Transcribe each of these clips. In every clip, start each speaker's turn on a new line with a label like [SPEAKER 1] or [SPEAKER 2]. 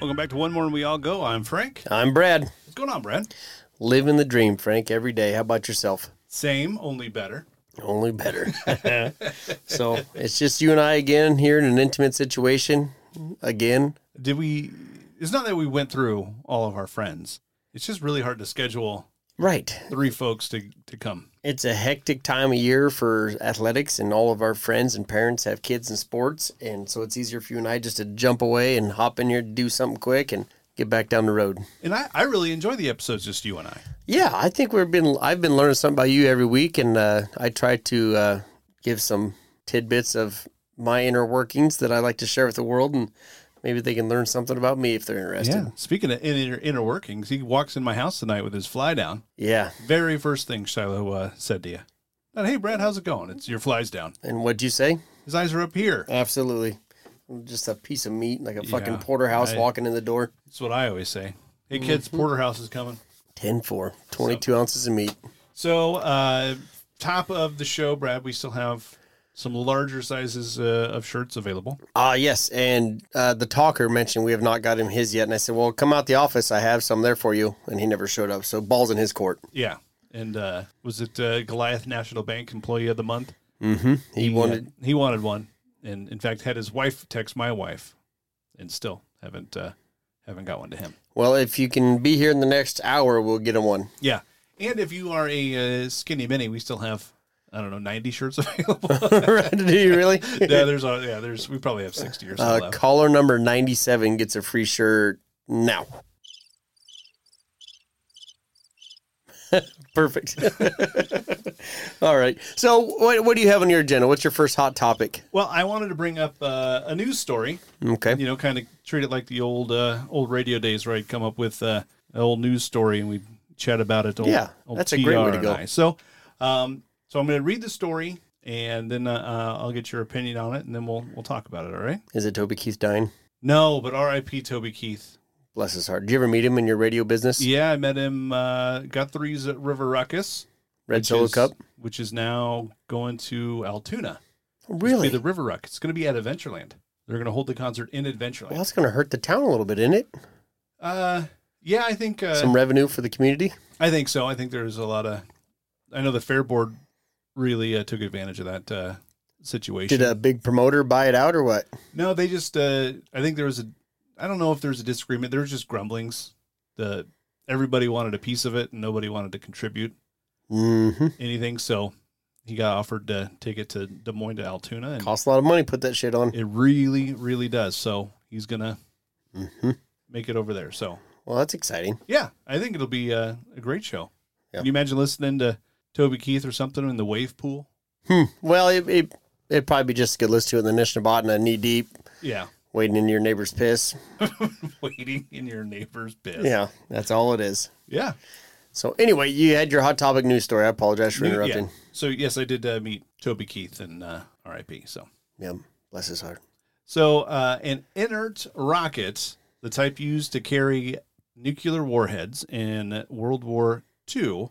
[SPEAKER 1] Welcome back to One More and We All Go. I'm Frank.
[SPEAKER 2] I'm Brad.
[SPEAKER 1] What's going on, Brad?
[SPEAKER 2] Living the dream, Frank, every day. How about yourself?
[SPEAKER 1] Same, only better.
[SPEAKER 2] Only better. so it's just you and I again here in an intimate situation. Again.
[SPEAKER 1] Did we? It's not that we went through all of our friends. It's just really hard to schedule
[SPEAKER 2] Right.
[SPEAKER 1] three folks to to come.
[SPEAKER 2] It's a hectic time of year for athletics, and all of our friends and parents have kids in sports. And so it's easier for you and I just to jump away and hop in here to do something quick and get back down the road.
[SPEAKER 1] And I I really enjoy the episodes just you and I.
[SPEAKER 2] Yeah, I think we've been. I've been learning something about you every week, and uh, I try to uh, give some tidbits of my inner workings that I like to share with the world, and maybe they can learn something about me if they're interested.
[SPEAKER 1] Speaking of inner inner workings, he walks in my house tonight with his fly down.
[SPEAKER 2] Yeah.
[SPEAKER 1] Very first thing Shiloh uh, said to you. Not, hey Brad, how's it going? It's your flies down.
[SPEAKER 2] And what'd you say?
[SPEAKER 1] His eyes are up here.
[SPEAKER 2] Absolutely. Just a piece of meat, like a fucking
[SPEAKER 1] Yeah,
[SPEAKER 2] porterhouse
[SPEAKER 1] I-
[SPEAKER 2] walking in the door.
[SPEAKER 1] That's what I always say. Hey kids, porterhouse is coming.
[SPEAKER 2] 10 4, 22 ounces of meat.
[SPEAKER 1] So, uh, top of the show, Brad, we still have some larger sizes uh, of shirts available.
[SPEAKER 2] Ah, yes. And uh, the talker mentioned we have not got him his yet. And I said, well, come out the office. I have some there for you. And he never showed up. So ball's in his court.
[SPEAKER 1] Yeah. And uh, was it uh, Goliath National Bank Employee of the Month?
[SPEAKER 2] He, wanted,
[SPEAKER 1] he wanted one, and in fact had his wife text my wife, and still haven't uh, haven't got one to him.
[SPEAKER 2] well, if you can be here in the next hour, we'll get him one.
[SPEAKER 1] Yeah. And if you are a uh, skinny mini, we still have I don't know ninety shirts available.
[SPEAKER 2] Right, Do you really?
[SPEAKER 1] yeah, there's uh, yeah, there's we probably have sixty or so
[SPEAKER 2] Uh,
[SPEAKER 1] left.
[SPEAKER 2] caller number 97 gets a free shirt now. Perfect. All right. So, what, what do you have on your agenda? What's your first hot topic?
[SPEAKER 1] Well, I wanted to bring up uh, a news story.
[SPEAKER 2] Okay.
[SPEAKER 1] you know, kind of treat it like the old uh, old radio days where I'd come up with uh, an old news story and we'd chat about it. Old,
[SPEAKER 2] Yeah,
[SPEAKER 1] old
[SPEAKER 2] that's a great way to
[SPEAKER 1] TR and
[SPEAKER 2] go.
[SPEAKER 1] I. So, um, so I'm going to read the story and then uh, uh, I'll get your opinion on it and then we'll we'll talk about it. All right?
[SPEAKER 2] Is it Toby Keith dying?
[SPEAKER 1] No, but R.I.P. Toby Keith.
[SPEAKER 2] Bless his heart. Did you ever meet huthem in your radio business?
[SPEAKER 1] Yeah, I met him uh, Guthrie's at River Ruckus,
[SPEAKER 2] Red
[SPEAKER 1] which
[SPEAKER 2] Solo
[SPEAKER 1] is-
[SPEAKER 2] Cup?
[SPEAKER 1] which is now going to Altoona.
[SPEAKER 2] Really?
[SPEAKER 1] Be the River Ruck. It's going to be at Adventureland. They're going to hold the concert in Adventureland.
[SPEAKER 2] well, that's going to hurt the town a little bit, isn't it?
[SPEAKER 1] Uh, yeah, I think uh,
[SPEAKER 2] Some revenue for the community.
[SPEAKER 1] I think so. I think there's a lot of. I know the fair board really uh, took advantage of that uh, situation.
[SPEAKER 2] Did uh, a big promoter buy it out or what?
[SPEAKER 1] no, they just. Uh, I think there was a. I don't know if there was a disagreement. There was just grumblings. The everybody wanted a piece of it, and nobody wanted to contribute
[SPEAKER 2] Mm-hmm.
[SPEAKER 1] anything. So he got offered to take it to Des Moines to Altoona, and
[SPEAKER 2] Costs a lot of money. to Put that shit on.
[SPEAKER 1] it really, really does. So he's gonna
[SPEAKER 2] hmm
[SPEAKER 1] make it over there. So
[SPEAKER 2] Well, that's exciting.
[SPEAKER 1] yeah, I think it'll be uh, a great show.
[SPEAKER 2] Yeah.
[SPEAKER 1] Can you imagine listening to Toby Keith or something in the wave pool?
[SPEAKER 2] Hmm. Well, it, it it'd probably be just a good listen to it in the Nishnabotna knee deep,
[SPEAKER 1] Yeah.
[SPEAKER 2] wading into your neighbor's piss.
[SPEAKER 1] waiting in your neighbor's piss.
[SPEAKER 2] Yeah, that's all it is.
[SPEAKER 1] Yeah.
[SPEAKER 2] So anyway, you had your hot topic news story. I apologize for
[SPEAKER 1] New-
[SPEAKER 2] interrupting.
[SPEAKER 1] yeah. So yes, I did uh, meet Toby Keith and uh, R.I.P. So
[SPEAKER 2] Yeah. bless his heart.
[SPEAKER 1] so uh, an inert rocket, the type used to carry nuclear warheads in World War II,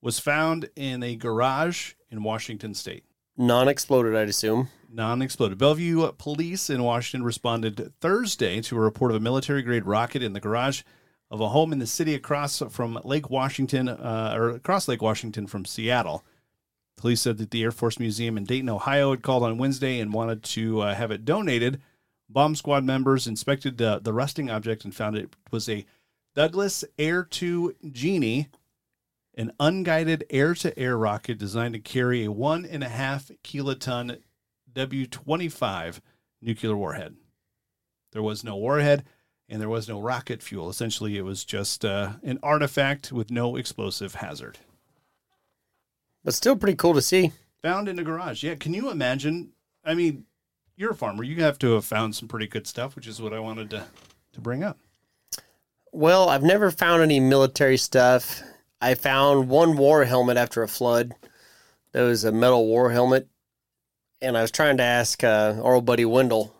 [SPEAKER 1] was found in a garage in Washington State.
[SPEAKER 2] Non-exploded, I'd assume.
[SPEAKER 1] Non-exploded. Bellevue police in Washington responded Thursday to a report of a military-grade rocket in the garage of a home in the city across from Lake Washington, uh, or across Lake Washington from Seattle. Police said that the Air Force Museum in Dayton, Ohio, had called on Wednesday and wanted to uh, have it donated. Bomb squad members inspected the, the rusting object and found it was a Douglas Air 2 Genie, an unguided air to air rocket designed to carry a one and a half kiloton W 25 nuclear warhead. There was no warhead and there was no rocket fuel. Essentially, it was just uh, an artifact with no explosive hazard.
[SPEAKER 2] But still pretty cool to see.
[SPEAKER 1] Found in a garage. Yeah, can you imagine? I mean, you're a farmer. You have to have found some pretty good stuff, which is what I wanted to, to bring up.
[SPEAKER 2] Well, I've never found any military stuff. I found one war helmet after a flood. There was a metal war helmet. And I was trying to ask uh, our old buddy Wendell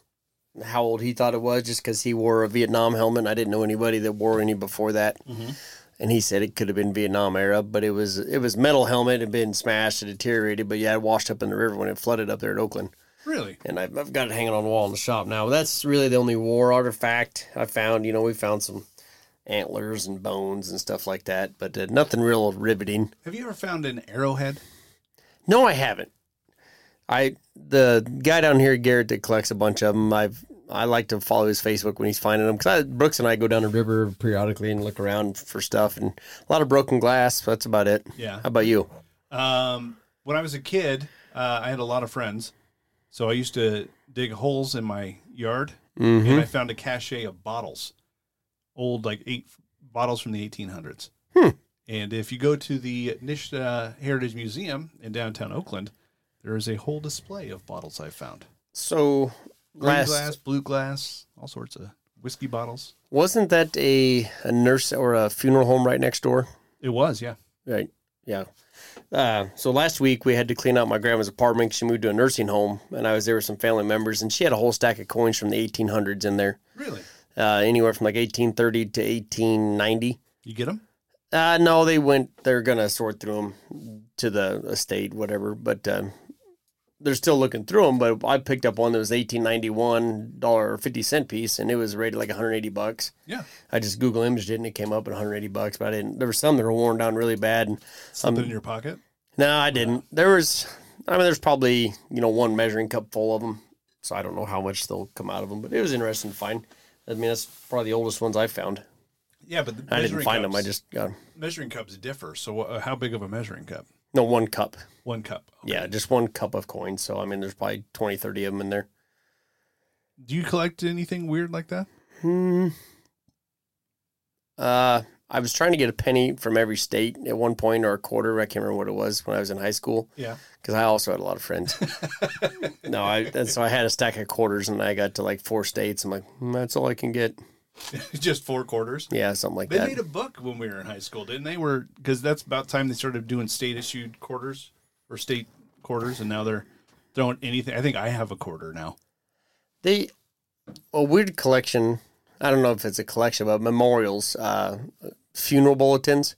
[SPEAKER 2] how old he thought it was just because he wore a Vietnam helmet. And I didn't know anybody that wore any before that. And he said it could have been Vietnam era, but it was it was metal helmet. It had been smashed, it deteriorated. But yeah, it washed up in the river when it flooded up there at Oakland.
[SPEAKER 1] Really?
[SPEAKER 2] and I've, I've got it hanging on the wall in the shop now. That's really the only war artifact I found. You know, we found some antlers and bones and stuff like that, but uh, nothing real riveting.
[SPEAKER 1] Have you ever found an arrowhead?
[SPEAKER 2] No, I haven't. I the guy down here, Garrett, that collects a bunch of them. I've I like to follow his Facebook when he's finding them because Brooks and I go down the river periodically and look around for stuff and a lot of broken glass. But that's about it.
[SPEAKER 1] Yeah.
[SPEAKER 2] How about you?
[SPEAKER 1] Um, when I was a kid, uh, I had a lot of friends, so I used to dig holes in my yard, and
[SPEAKER 2] Mm-hmm.
[SPEAKER 1] I found a cache of bottles, old like eight bottles from the 1800s.
[SPEAKER 2] Hmm.
[SPEAKER 1] And if you go to the Nish uh, Heritage Museum in downtown Oakland, there is a whole display of bottles I found.
[SPEAKER 2] So
[SPEAKER 1] Green
[SPEAKER 2] last
[SPEAKER 1] glass, blue glass, all sorts of whiskey bottles.
[SPEAKER 2] wasn't that a a nurse or a funeral home right next door?
[SPEAKER 1] It was, yeah.
[SPEAKER 2] Right. Yeah. Uh, so last week we had to clean out my grandma's apartment. She moved to a nursing home, and I was there with some family members, and she had a whole stack of coins from the 1800s in there,
[SPEAKER 1] Really?
[SPEAKER 2] uh, anywhere from like 1830 to 1890.
[SPEAKER 1] You get them?
[SPEAKER 2] Uh, no, they went. They're gonna sort through them to the estate, whatever. But um, they're still looking through them. But I picked up one that was 1891 dollar or 50 cent piece, and it was rated like 180 bucks.
[SPEAKER 1] Yeah.
[SPEAKER 2] I just Google imaged it, and it came up at 180 bucks. But I didn't. There were some that were worn down really bad, and
[SPEAKER 1] Something in your pocket?
[SPEAKER 2] no, I didn't. There was, I mean, there's probably you know one measuring cup full of them, so I don't know how much they'll come out of them. But it was interesting to find. I mean, that's probably the oldest ones I found.
[SPEAKER 1] Yeah, but the
[SPEAKER 2] I didn't
[SPEAKER 1] measuring
[SPEAKER 2] find them. I
[SPEAKER 1] cups-
[SPEAKER 2] just got 'em.
[SPEAKER 1] measuring cups differ. So, uh, how big of a measuring cup?
[SPEAKER 2] no one cup.
[SPEAKER 1] One cup.
[SPEAKER 2] Yeah, just one cup of coins. So I mean, there's probably 20, 30 of them in there.
[SPEAKER 1] Do you collect anything weird like that?
[SPEAKER 2] Hmm. Uh, I was trying to get a penny from every state at one point or a quarter. I can't remember what it was when I was in high school.
[SPEAKER 1] Yeah.
[SPEAKER 2] because I also had a lot of friends. no, I and so I had a stack of quarters, and I got to like four states. I'm like, "Mm, that's all I can get.
[SPEAKER 1] Just four quarters.
[SPEAKER 2] Yeah, something like
[SPEAKER 1] They
[SPEAKER 2] that.
[SPEAKER 1] made a book when we were in high school, didn't they? Were because that's about time they started doing state issued quarters or state quarters, and now they're throwing anything. I think I have a quarter now.
[SPEAKER 2] they a weird collection. I don't know if it's a collection, but memorials, uh, funeral bulletins.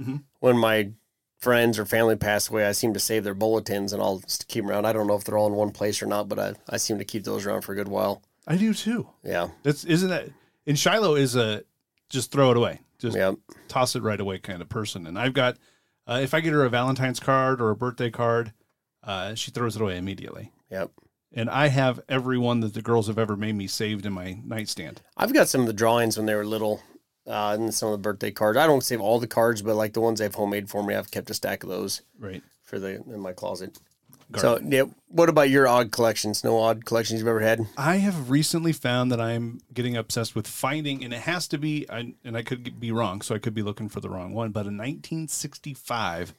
[SPEAKER 1] Mhm.
[SPEAKER 2] When my friends or family passed away, I seem to save their bulletins and I'll just keep 'em around. I don't know if they're all in one place or not, but I, I seem to keep those around for a good while.
[SPEAKER 1] I do too.
[SPEAKER 2] Yeah,
[SPEAKER 1] That's isn't that and Shiloh is a just throw it away, just
[SPEAKER 2] yeah.
[SPEAKER 1] toss it right away kind of person. And I've got uh, if I get her a Valentine's card or a birthday card, uh, she throws it away immediately.
[SPEAKER 2] Yep.
[SPEAKER 1] And I have every one that the girls have ever made me saved in my nightstand.
[SPEAKER 2] I've got some of the drawings when they were little, uh, and some of the birthday cards. I don't save all the cards, but like the ones they've homemade for me, I've kept a stack of those
[SPEAKER 1] Right.
[SPEAKER 2] for the in my closet.
[SPEAKER 1] Garden.
[SPEAKER 2] So, yeah. What about your odd collections? No odd collections you've ever had?
[SPEAKER 1] I have recently found that I'm getting obsessed with finding, and it has to be, I, and I could be wrong, so I could be looking for the wrong one, but a 1965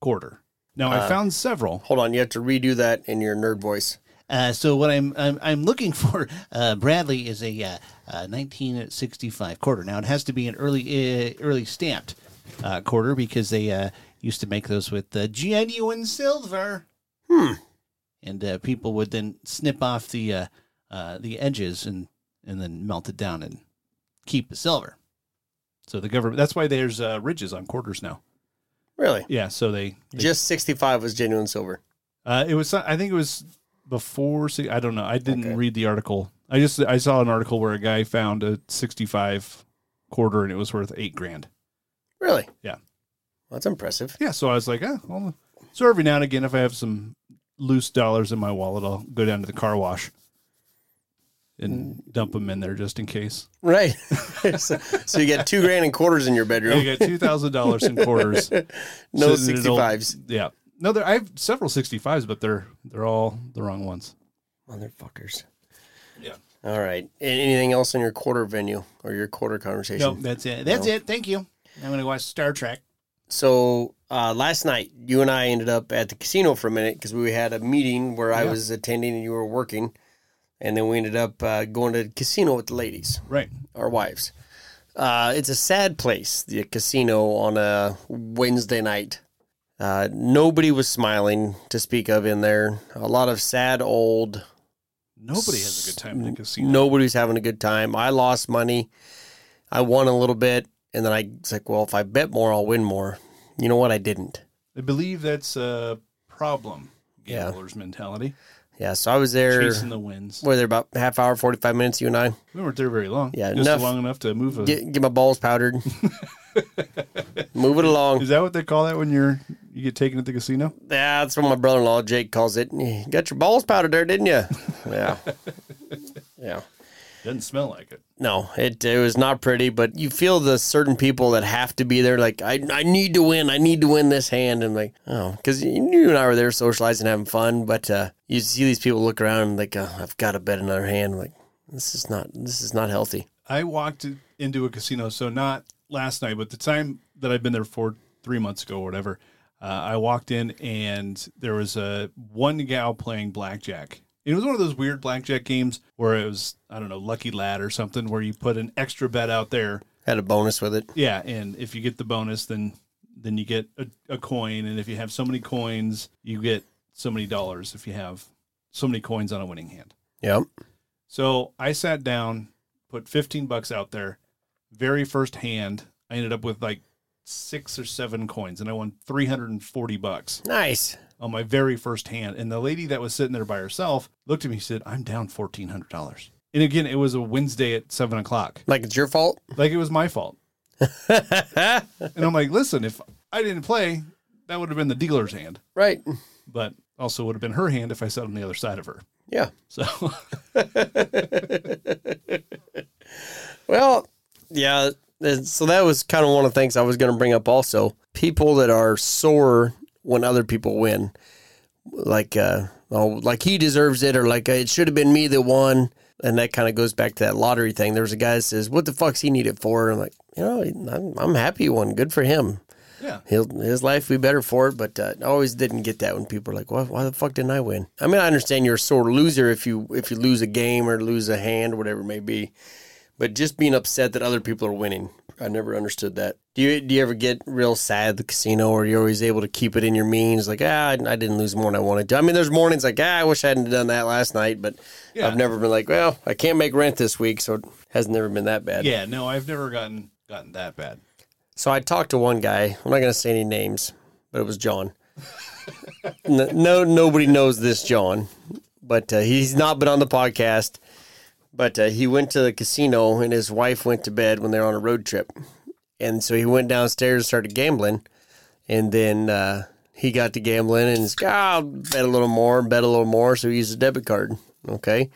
[SPEAKER 1] quarter. Now I
[SPEAKER 2] Uh,
[SPEAKER 1] found several.
[SPEAKER 2] Hold on, you have to redo that in your nerd voice.
[SPEAKER 3] Uh, so what I'm I'm, I'm looking for, uh, Bradley, is a uh, uh, 1965 quarter. Now it has to be an early uh, early stamped uh, quarter because they uh, used to make those with uh, genuine silver,
[SPEAKER 2] Hmm.
[SPEAKER 3] and uh, people would then snip off the uh, uh, the edges and and then melt it down and keep the silver.
[SPEAKER 1] So the government, that's why there's uh, ridges on quarters now.
[SPEAKER 2] Really?
[SPEAKER 1] Yeah. So they, they-
[SPEAKER 2] Just sixty-five was genuine silver.
[SPEAKER 1] uh, it was, I think it was before, si- I don't know. I didn't
[SPEAKER 2] Okay.
[SPEAKER 1] read the article. I just, I saw an article where a guy found a 65 quarter and it was worth eight grand.
[SPEAKER 2] Really?
[SPEAKER 1] Yeah.
[SPEAKER 2] Well, that's impressive.
[SPEAKER 1] yeah, so I was like, eh, well, so every now and again, if I have some loose dollars in my wallet, I'll go down to the car wash and
[SPEAKER 2] Mm.
[SPEAKER 1] dump them in there just in case.
[SPEAKER 2] Right. so, so you got two grand and quarters in your
[SPEAKER 1] I
[SPEAKER 2] bedroom.
[SPEAKER 1] got two thousand dollars in quarters.
[SPEAKER 2] No
[SPEAKER 1] sitting in an old-
[SPEAKER 2] sixty-fives.
[SPEAKER 1] Yeah, no, there. I have several sixty fives, but they're they're all the wrong ones.
[SPEAKER 2] Motherfuckers.
[SPEAKER 1] Yeah.
[SPEAKER 2] All right. A- Anything else in your quarter venue or your quarter conversation?
[SPEAKER 3] Nope, that's it. That's it. Thank you. I'm gonna watch Star Trek.
[SPEAKER 2] So uh, last night, you and I ended up at the casino for a minute because we had a meeting where I
[SPEAKER 1] Yeah.
[SPEAKER 2] was attending and you were working, and then we ended up uh, going to the casino with the ladies,
[SPEAKER 1] Right.
[SPEAKER 2] our wives. Uh, it's a sad place, the casino on a Wednesday night. Uh, nobody was smiling to speak of in there. A lot of sad old
[SPEAKER 1] Nobody has a good time at a casino.
[SPEAKER 2] Nobody was having a good time. I lost money. I won a little bit, and then I was like, "Well, if I bet more, I'll win more." You know what? I didn't.
[SPEAKER 1] I believe that's a problem.
[SPEAKER 2] Yeah.
[SPEAKER 1] Gamblers mentality.
[SPEAKER 2] Yeah, so I was there.
[SPEAKER 1] chasing the winds.
[SPEAKER 2] Were there about half hour, forty five minutes? You and I
[SPEAKER 1] We weren't there very long.
[SPEAKER 2] Yeah,
[SPEAKER 1] just
[SPEAKER 2] enough-
[SPEAKER 1] long enough to move. A,
[SPEAKER 2] get get my balls powdered. Move it along.
[SPEAKER 1] is that what they call that when you're you get taken at the casino?
[SPEAKER 2] That's what my brother in law Jake calls it. You got your balls powdered there, didn't you? Yeah, yeah.
[SPEAKER 1] Doesn't smell like it.
[SPEAKER 2] No, it it was not pretty, but you feel the certain people that have to be there. Like I, I need to win. I need to win this hand. And like, oh, because you and I were there socializing, having fun. But uh, you see these people look around and like, oh, I've got to bet another hand. Like this is not this is not healthy.
[SPEAKER 1] I walked into a casino, so not last night, but the time that I've been there for three months ago or whatever. Uh, I walked in and there was a one gal playing blackjack. It was one of those weird blackjack games where it was I don't know lucky lad or something where you put an extra bet out there.
[SPEAKER 2] Had a bonus with it.
[SPEAKER 1] Yeah, and if you get the bonus, then then you get a, a coin, and if you have so many coins, you get so many dollars. If you have so many coins on a winning hand.
[SPEAKER 2] Yep.
[SPEAKER 1] So I sat down, put 15 bucks out there. Very first hand, I ended up with like six or seven coins and I won 340 bucks
[SPEAKER 2] Nice.
[SPEAKER 1] on my very first hand. And the lady that was sitting there by herself looked at me and said, I'm down $1,400. And again, it was a Wednesday at seven o'clock.
[SPEAKER 2] Like it's your fault.
[SPEAKER 1] Like it was my fault. And I'm like, listen, if I didn't play, that would have been the dealer's hand,
[SPEAKER 2] right.
[SPEAKER 1] but also would have been her hand if I sat on the other side of her.
[SPEAKER 2] Yeah.
[SPEAKER 1] So
[SPEAKER 2] Well, yeah. th- So that was kind of one of the things I was going to bring up also. People that are sore when other people win, like, uh, oh, like he deserves it, or like uh, it should have been me that won. And that kind of goes back to that lottery thing. There's a guy that says, "What the fuck's he needed for?" And I'm like, you know, I'm, I'm happy he won. Good for him.
[SPEAKER 1] yeah,
[SPEAKER 2] He'll, his life be better for it, but uh, I always didn't get that when people are like, "Why, why the fuck didn't I win?" I mean, I understand you're a sore loser if you if you lose a game or lose a hand or whatever it may be, but just being upset that other people are winning, I never understood that. Do you do you ever get real sad at the casino, or you're always able to keep it in your means? Like, ah, I, I didn't lose more than I wanted to. I mean, there's mornings like, ah, I wish I hadn't done that last night, but
[SPEAKER 1] Yeah.
[SPEAKER 2] I've never been like, well, I can't make rent this week, so it has never been that bad.
[SPEAKER 1] yeah, no, I've never gotten gotten that bad.
[SPEAKER 2] So I talked to one guy. I'm not going to say any names, but it was John. no, no, nobody knows this John, but uh, he's not been on the podcast. But uh, he went to the casino, and his wife went to bed when they were on a road trip, and so he went downstairs and started gambling, and then uh, he got to gambling and he's, ah, I'll bet a little more, bet a little more. So he used a debit card. Okay,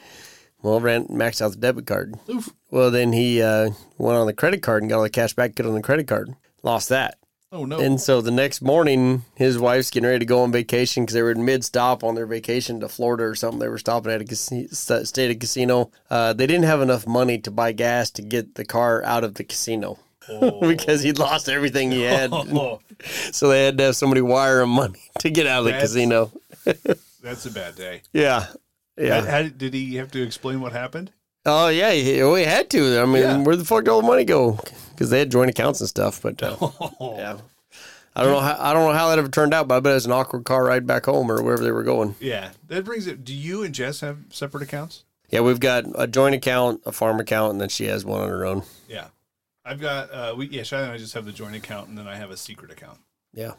[SPEAKER 2] well, ran maxed out the debit card.
[SPEAKER 1] Oof.
[SPEAKER 2] Well, then he uh, went on the credit card and got all the cash back good on the credit card. Lost that.
[SPEAKER 1] Oh no.
[SPEAKER 2] And so the next morning, his wife's getting ready to go on vacation because they were in mid stop on their vacation to Florida or something. They were stopping at a casino, state of casino. Uh, they didn't have enough money to buy gas to get the car out of the casino because he'd lost everything he had.
[SPEAKER 1] Oh,
[SPEAKER 2] So they had to have somebody wire him money to get out of the
[SPEAKER 1] That's-
[SPEAKER 2] casino.
[SPEAKER 1] that's a bad day.
[SPEAKER 2] Yeah. Yeah.
[SPEAKER 1] How- how- did he have to explain what happened?
[SPEAKER 2] Oh yeah, he- we had to. I mean,
[SPEAKER 1] Yeah.
[SPEAKER 2] where the fuck did all the money go? Because they had joint accounts and stuff. But uh,
[SPEAKER 1] Oh.
[SPEAKER 2] yeah, I don't know. How, I don't know how that ever turned out, but I bet it was an awkward car ride back home or wherever they were going.
[SPEAKER 1] Yeah, that brings it. Do you and Jess have separate accounts?
[SPEAKER 2] Yeah, we've got a joint account, a farm account, and then she has one on her own.
[SPEAKER 1] Yeah, I've got. Uh, we yeah, Shia and I just have the joint account, and then I have a secret account.
[SPEAKER 2] Yeah,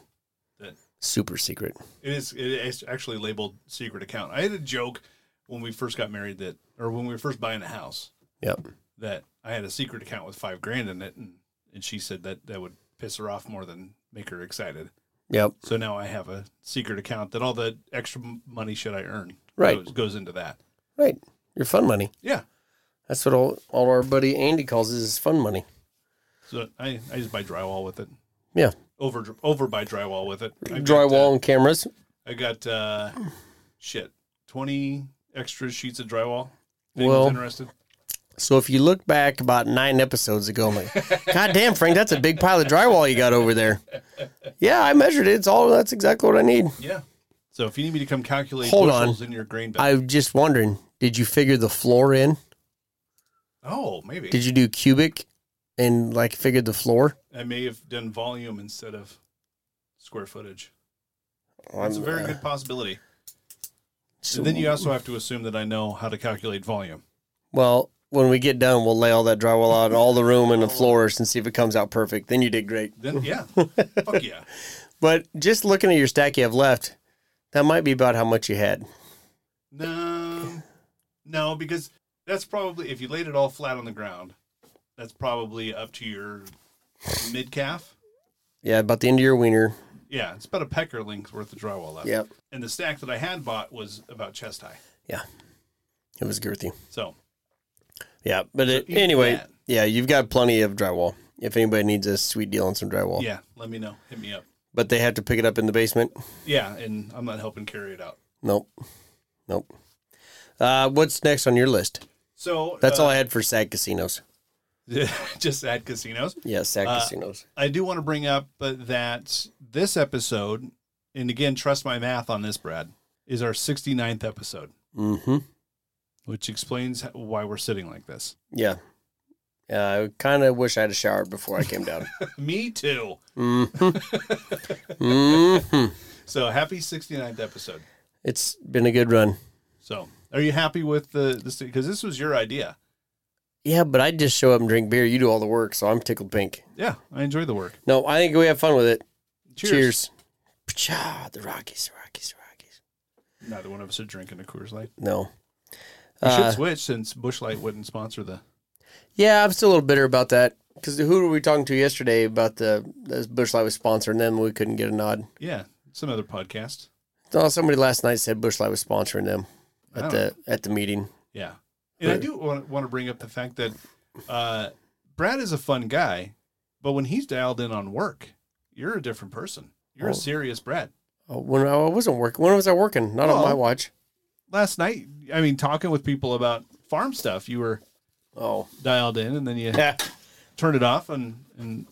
[SPEAKER 1] That-
[SPEAKER 2] super secret.
[SPEAKER 1] It is. It is actually labeled secret account. I had a joke when we first got married that, or when we were first buying a house,
[SPEAKER 2] Yep.
[SPEAKER 1] that I had a secret account with five grand in it, and, and she said that that would piss her off more than make her excited.
[SPEAKER 2] Yep.
[SPEAKER 1] So now I have a secret account that all the extra m- money should I earn
[SPEAKER 2] Right.
[SPEAKER 1] goes, goes into that.
[SPEAKER 2] Right. Your fun money.
[SPEAKER 1] Yeah.
[SPEAKER 2] That's what all, all our buddy Andy calls his is fun money.
[SPEAKER 1] So I, I just buy drywall with it.
[SPEAKER 2] Yeah.
[SPEAKER 1] Over over buy drywall with it. I
[SPEAKER 2] Drywall and cameras.
[SPEAKER 1] I got uh shit. Twenty extra sheets of drywall.
[SPEAKER 2] Well-
[SPEAKER 1] Anyone's interested?
[SPEAKER 2] So if you look back about nine episodes ago, I'm like, God damn, Frank, that's a big pile of drywall you got over there. Yeah, I measured it. It's all that's exactly what I need.
[SPEAKER 1] Yeah. So if you need me to come calculate
[SPEAKER 2] Hold
[SPEAKER 1] bushels in your grain bed.
[SPEAKER 2] I'm just wondering, did you figure the floor in?
[SPEAKER 1] oh, maybe.
[SPEAKER 2] Did you do cubic and like figured the floor?
[SPEAKER 1] I may have done volume instead of square footage.
[SPEAKER 2] I'm,
[SPEAKER 1] That's a very
[SPEAKER 2] uh,
[SPEAKER 1] good possibility. And
[SPEAKER 2] so-
[SPEAKER 1] Um, then you also have to assume that I know how to calculate volume.
[SPEAKER 2] well, when we get done, we'll lay all that drywall out in all the room and the floors and see if it comes out perfect. Then you did great.
[SPEAKER 1] Then yeah. Fuck yeah.
[SPEAKER 2] But just looking at your stack you have left, that might be about how much you had.
[SPEAKER 1] No, no, because that's probably if you laid it all flat on the ground, that's probably up to your mid calf.
[SPEAKER 2] Yeah, about the end of your wiener.
[SPEAKER 1] Yeah, it's about a pecker length worth of drywall left.
[SPEAKER 2] Yep.
[SPEAKER 1] And the stack that I had bought was about chest high.
[SPEAKER 2] It was girthy.
[SPEAKER 1] So
[SPEAKER 2] Yeah, but it,
[SPEAKER 1] eat
[SPEAKER 2] anyway,
[SPEAKER 1] that.
[SPEAKER 2] yeah, you've got plenty of drywall. If anybody needs a sweet deal on some drywall,
[SPEAKER 1] yeah, let me know. Hit me up.
[SPEAKER 2] but they have to pick it up in the basement.
[SPEAKER 1] Yeah, and I'm not helping carry it out.
[SPEAKER 2] Nope, nope. Uh, what's next on your list?
[SPEAKER 1] So
[SPEAKER 2] That's all I had for sad casinos.
[SPEAKER 1] all. just at casinos.
[SPEAKER 2] Yeah, sad
[SPEAKER 1] Uh,
[SPEAKER 2] casinos.
[SPEAKER 1] I do want to bring up uh, that this episode, and again, trust my math on this, Brad, is our 69th episode,
[SPEAKER 2] Mm-hmm.
[SPEAKER 1] which explains h- why we're sitting like this.
[SPEAKER 2] Yeah. Uh, I kind of wish I had a shower before I came down.
[SPEAKER 1] Me too.
[SPEAKER 2] hmm hmm
[SPEAKER 1] So happy 69th episode.
[SPEAKER 2] It's been a good run.
[SPEAKER 1] So are you happy with the this? Because this was your idea.
[SPEAKER 2] Yeah, but I just show up and drink beer. You do all the work, so I'm tickled pink.
[SPEAKER 1] Yeah, I enjoy the work.
[SPEAKER 2] No, I think we have fun with it.
[SPEAKER 1] Cheers.
[SPEAKER 2] Cheers. Pshaw, the Rockies, the Rockies, the Rockies.
[SPEAKER 1] Neither one of us are drinking a Coors Light.
[SPEAKER 2] No.
[SPEAKER 1] We should
[SPEAKER 2] Uh,
[SPEAKER 1] switch since Bush Light wouldn't sponsor the.
[SPEAKER 2] yeah, I'm still a little bitter about that because who were we talking to yesterday about the this Bushlight was sponsoring them? We couldn't get a nod.
[SPEAKER 1] Yeah, some other podcast.
[SPEAKER 2] No, somebody last night said Bushlight was sponsoring them
[SPEAKER 1] I
[SPEAKER 2] at
[SPEAKER 1] don't
[SPEAKER 2] the at the meeting.
[SPEAKER 1] Yeah. And I do want, want to bring up the fact that uh, Brad is a fun guy, but when he's dialed in on work, you're a different person. You're
[SPEAKER 2] Oh.
[SPEAKER 1] a serious Brad.
[SPEAKER 2] Oh, when I wasn't working, when was I working? Not on
[SPEAKER 1] Well-
[SPEAKER 2] my watch.
[SPEAKER 1] Last night, I mean, talking with people about farm stuff, you were
[SPEAKER 2] Oh,
[SPEAKER 1] dialed in and then you
[SPEAKER 2] yeah.
[SPEAKER 1] turned it off. And, and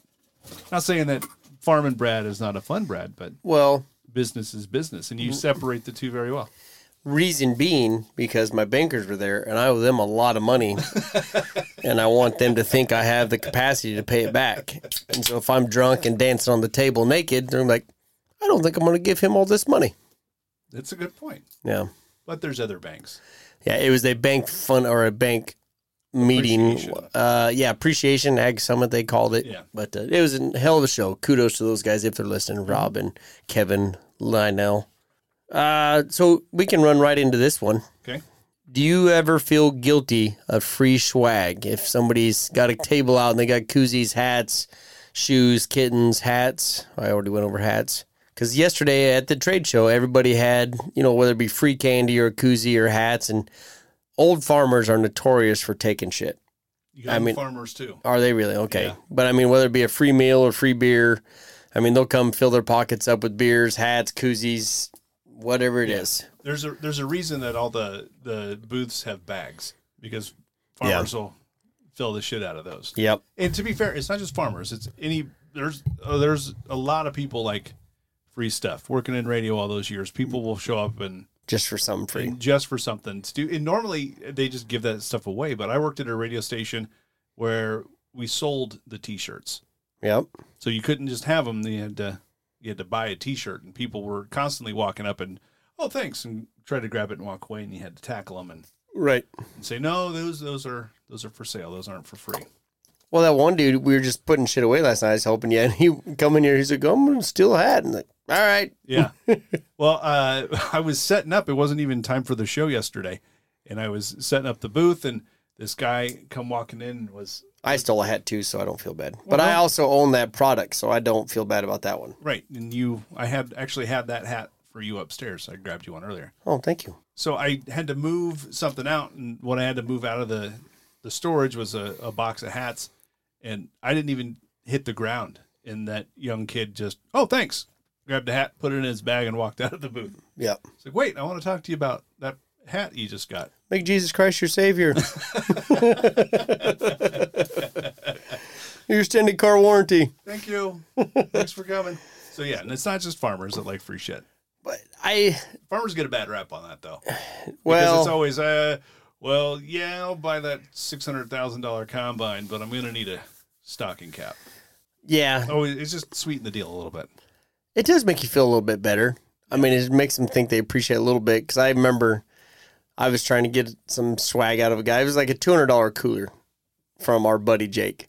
[SPEAKER 1] not saying that farming Brad is not a fun Brad, but
[SPEAKER 2] Well,
[SPEAKER 1] business is business.
[SPEAKER 2] Mm-hmm.
[SPEAKER 1] And you separate the two very well.
[SPEAKER 2] reason being because my bankers were there and I owe them a lot of money and I want them to think I have the capacity to pay it back. And so if I'm drunk and dancing on the table naked, they're like, I don't think I'm going to give him all this money.
[SPEAKER 1] That's a good point.
[SPEAKER 2] Yeah.
[SPEAKER 1] But there's other banks.
[SPEAKER 2] Yeah. It was a bank fun or a bank meeting.
[SPEAKER 1] Appreciation.
[SPEAKER 2] Uh, yeah. Appreciation Ag Summit, they called it.
[SPEAKER 1] Yeah.
[SPEAKER 2] But uh, it was a hell of a show. Kudos to those guys if they're listening Rob and Kevin, Lionel. Uh, so we can run right into this one.
[SPEAKER 1] Okay.
[SPEAKER 2] Do you ever feel guilty of free swag if somebody's got a table out and they got koozies, hats, shoes, kittens, hats? I already went over hats. Because yesterday at the trade show, everybody had, you know, whether it be free candy or a koozie or hats, and old farmers are notorious for taking shit.
[SPEAKER 1] You got
[SPEAKER 2] I mean-
[SPEAKER 1] farmers too.
[SPEAKER 2] Are they really? Okay.
[SPEAKER 1] Yeah.
[SPEAKER 2] But I mean, whether it be a free meal or free beer, I mean, they'll come fill their pockets up with beers, hats, koozies, whatever it is.
[SPEAKER 1] There's a there's a reason that all the the booths have bags because farmers will fill the shit out of those.
[SPEAKER 2] Yep.
[SPEAKER 1] And to be fair, it's not just farmers. It's any there's uh, there's a lot of people like free stuff working in radio all those years. People will show up and,
[SPEAKER 2] Just for something free.
[SPEAKER 1] and just for something to do. And normally they just give that stuff away. But I worked at a radio station where we sold the T-shirts,
[SPEAKER 2] Yep.
[SPEAKER 1] so you couldn't just have them. You had to you had to buy a T-shirt, and people were constantly walking up and oh thanks and try to grab it and walk away, and you had to tackle them and
[SPEAKER 2] Right.
[SPEAKER 1] and say no those those are those are for sale those aren't for free
[SPEAKER 2] Well, that one dude, we were just putting shit away last night. I was helping you, and he come in here. He's like, "I'm gonna steal a hat," and like, "All right."
[SPEAKER 1] yeah well uh i was setting up it wasn't even time for the show yesterday and i was setting up the booth and this guy come walking in and was
[SPEAKER 2] I stole a hat too, so I don't feel bad. But I also own that product, so I don't feel bad about that one.
[SPEAKER 1] right and you i had actually had that hat for you upstairs i grabbed you one earlier
[SPEAKER 2] Oh, thank you.
[SPEAKER 1] so i had to move something out and what i had to move out of the the storage was a, a box of hats and i didn't even hit the ground and that young kid just oh thanks grabbed a hat put it in his bag and walked out of the booth
[SPEAKER 2] Yeah.
[SPEAKER 1] It's like, wait, I want to talk to you about that hat you just got.
[SPEAKER 2] Make Jesus Christ your savior. your extended car warranty.
[SPEAKER 1] Thank you. Thanks for coming. So yeah, and it's not just farmers that like free shit.
[SPEAKER 2] But I
[SPEAKER 1] Farmers get a bad rap on that though, because
[SPEAKER 2] well,
[SPEAKER 1] it's always uh, well, yeah, I'll buy that six hundred thousand dollar combine, but I'm gonna need a stocking cap.
[SPEAKER 2] yeah,
[SPEAKER 1] Oh, it's just sweeten the deal a little bit.
[SPEAKER 2] it does make you feel a little bit better. I mean, it makes them think they appreciate it a little bit because I remember I was trying to get some swag out of a guy. It was like a two hundred dollar cooler from our buddy Jake,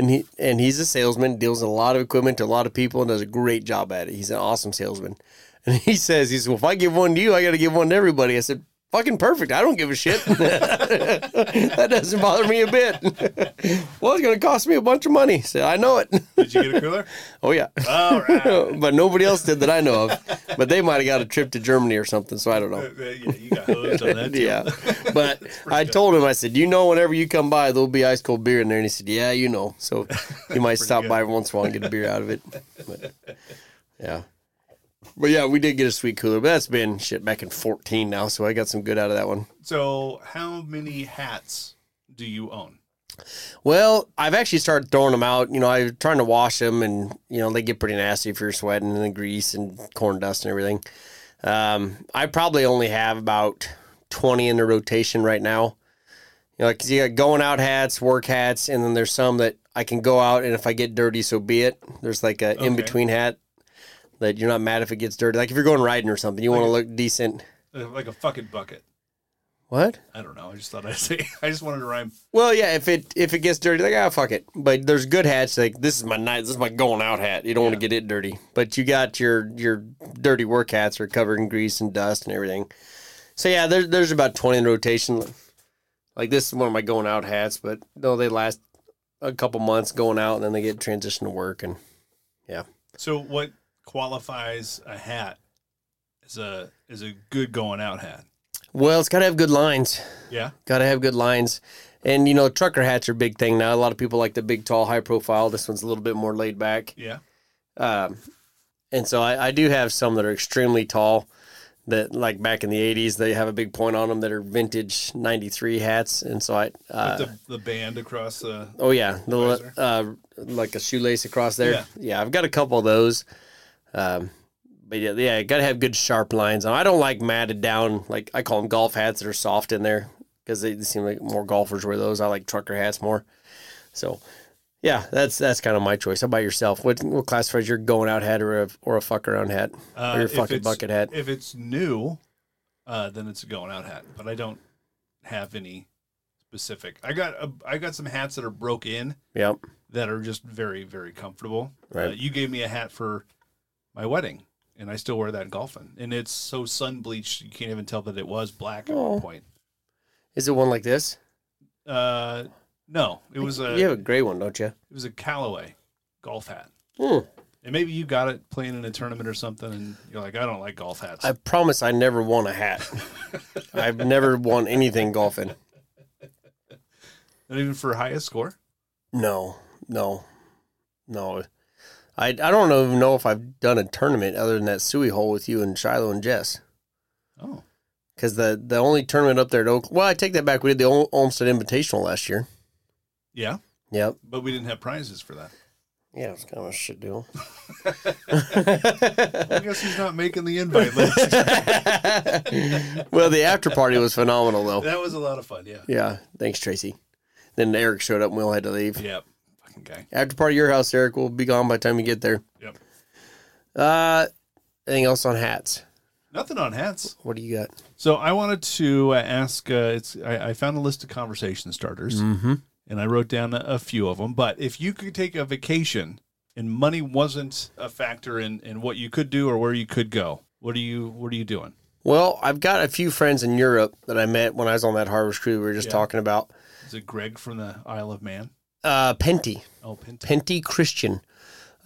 [SPEAKER 2] and he and he's a salesman, deals in a lot of equipment to a lot of people, and does a great job at it. He's an awesome salesman, and he says, "He says, well, if I give one to you, I got to give one to everybody." I said, fucking perfect. I don't give a shit. that doesn't bother me a bit. well, it's going to cost me a bunch of money. So I know it.
[SPEAKER 1] Did you get a cooler?
[SPEAKER 2] Oh, yeah.
[SPEAKER 1] All right.
[SPEAKER 2] but nobody else did that I know of. But they might have got a trip to Germany or something. So I don't know.
[SPEAKER 1] Yeah, you got hosed on that.
[SPEAKER 2] Yeah. But I told him, I said, you know, whenever you come by, there'll be ice cold beer in there. And he said, yeah, you know. So you might stop by every once in a while and get a beer out of it. But yeah. But yeah, we did get a sweet cooler, but that's been shit back in 14 now. So I got some good out of that one.
[SPEAKER 1] So, how many hats do you own?
[SPEAKER 2] Well, I've actually started throwing them out. You know, I'm trying to wash them, and you know they get pretty nasty if you're sweating and the grease and corn dust and everything. Um, I probably only have about 20 in the rotation right now. You know, because you got going out hats, work hats, and then there's some that I can go out and if I get dirty, so be it. There's like a in between hat that you're not mad if it gets dirty. Like if you're going riding or something, you want to look decent.
[SPEAKER 1] Uh, Like a fucking bucket.
[SPEAKER 2] What?
[SPEAKER 1] I don't know. I just thought I'd say. I just wanted to rhyme.
[SPEAKER 2] Well, yeah, if it if it gets dirty, like ah, fuck it. But there's good hats. Like this is my night. This is my going out hat. You don't want to get it dirty. But you got your your dirty work hats are covered in grease and dust and everything. So yeah, there's there's about twenty in rotation. Like this is one of my going out hats, but no, they last a couple months going out, and then they get transitioned to work. And
[SPEAKER 1] So, what qualifies a hat as a as a good going out hat?
[SPEAKER 2] well, it's got to have good lines.
[SPEAKER 1] Yeah.
[SPEAKER 2] Got to have good lines. And you know, trucker hats are a big thing now. A lot of people like the big, tall, high profile. This one's a little bit more laid back.
[SPEAKER 1] Yeah.
[SPEAKER 2] Um, and so I, I do have some that are extremely tall that like back in the 80s they have a big point on them that are vintage 93 hats and so i uh,
[SPEAKER 1] With the, the band across the.
[SPEAKER 2] oh yeah the,
[SPEAKER 1] Visor.
[SPEAKER 2] uh, like a shoelace across there
[SPEAKER 1] Yeah.
[SPEAKER 2] yeah. i've got a couple of those um, but yeah yeah gotta have good sharp lines i don't like matted down like i call them golf hats that are soft in there because they seem like more golfers wear those i like trucker hats more so yeah, that's that's kind of my choice. How about yourself? What what classifies your going out hat or a or a fuck around hat
[SPEAKER 1] Uh,
[SPEAKER 2] or your
[SPEAKER 1] if
[SPEAKER 2] fucking
[SPEAKER 1] it's-
[SPEAKER 2] bucket hat?
[SPEAKER 1] If it's new, uh, then it's a going out hat. But I don't have any specific. I got a, I got some hats that are broke in
[SPEAKER 2] Yep.
[SPEAKER 1] that are just very very comfortable.
[SPEAKER 2] Right.
[SPEAKER 1] Uh, you gave me a hat for my wedding, and I still wear that golfing, and it's so sun bleached you can't even tell that it was black at
[SPEAKER 2] Aw.
[SPEAKER 1] one point.
[SPEAKER 2] Is it one like this?
[SPEAKER 1] Uh, no, it was a
[SPEAKER 2] you have a gray one, don't you?
[SPEAKER 1] it was a Callaway golf hat.
[SPEAKER 2] Hmm.
[SPEAKER 1] And maybe you got it playing in a tournament or something, and you're like, I don't like golf hats.
[SPEAKER 2] I promise I never won a hat. I've never won anything golfing.
[SPEAKER 1] Not even for highest score.
[SPEAKER 2] No, no, no. I I don't even know if I've done a tournament other than that Suey hole with you and Shiloh and Jess.
[SPEAKER 1] Oh,
[SPEAKER 2] Because the the only tournament up there at Oak. Well, I take that back. We did the Ol- Olmsted Invitational last year.
[SPEAKER 1] yeah.
[SPEAKER 2] Yep.
[SPEAKER 1] But we didn't have prizes for that.
[SPEAKER 2] Yeah, it's kind of a shit deal.
[SPEAKER 1] I guess he's not making the invite list.
[SPEAKER 2] well, the after party was phenomenal, though.
[SPEAKER 1] that was a lot of fun. Yeah.
[SPEAKER 2] Yeah, thanks, Tracy. Then Eric showed up and we all had to leave.
[SPEAKER 1] Yep. Fucking guy.
[SPEAKER 2] After party, at your house, Eric. We'll be gone by the time you get there.
[SPEAKER 1] Yep.
[SPEAKER 2] Uh, anything else on hats?
[SPEAKER 1] Nothing on hats.
[SPEAKER 2] What do you got?
[SPEAKER 1] So I wanted to uh, ask. Uh, it's I, I found a list of conversation starters,
[SPEAKER 2] Mm-hmm.
[SPEAKER 1] and I wrote down a, a few of them. But if you could take a vacation and money wasn't a factor in in what you could do or where you could go, what are you what are you doing?
[SPEAKER 2] Well, I've got a few friends in Europe that I met when I was on that harvest crew we were just
[SPEAKER 1] Yeah.
[SPEAKER 2] talking about.
[SPEAKER 1] Is it Greg from the Isle of Man?
[SPEAKER 2] Uh, Penty,
[SPEAKER 1] Oh, Pinto.
[SPEAKER 2] Penty Christian.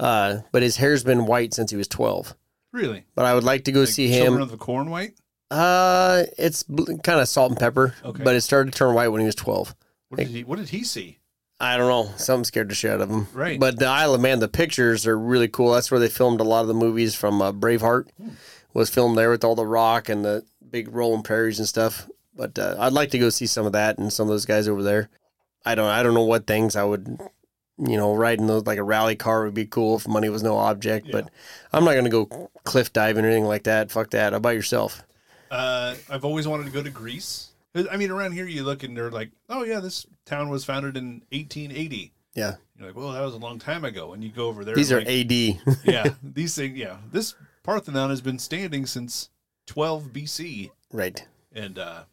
[SPEAKER 2] Uh, but his hair's been white since he was 12.
[SPEAKER 1] Really?
[SPEAKER 2] But I would like to go
[SPEAKER 1] Like
[SPEAKER 2] see
[SPEAKER 1] Children
[SPEAKER 2] him.
[SPEAKER 1] of the Corn White.
[SPEAKER 2] Uh, it's bl- kind of salt and pepper,
[SPEAKER 1] Okay.
[SPEAKER 2] but it started to turn white when he was 12.
[SPEAKER 1] What did he What did he see?
[SPEAKER 2] I don't know. Something scared the shit out of him.
[SPEAKER 1] Right.
[SPEAKER 2] But the Isle of Man, the pictures are really cool. That's where they filmed a lot of the movies from uh, Braveheart. Was filmed there with all the rock and the big rolling prairies and stuff. But uh, I'd like to go see some of that and some of those guys over there. I don't. I don't know what things I would. You know, riding those like a rally car would be cool if money was no object. But I'm not gonna go cliff diving or anything like that. Fuck that. How about yourself?
[SPEAKER 1] Uh, I've always wanted to go to Greece. I mean, around here you look and they're like, "Oh yeah, this town was founded in 1880."
[SPEAKER 2] Yeah.
[SPEAKER 1] You're like, "Well, that was a long time ago." And you go over there,
[SPEAKER 2] These are
[SPEAKER 1] like,
[SPEAKER 2] AD.
[SPEAKER 1] yeah, these things, yeah. This Parthenon has been standing since 12 BC,
[SPEAKER 2] right.
[SPEAKER 1] and uh,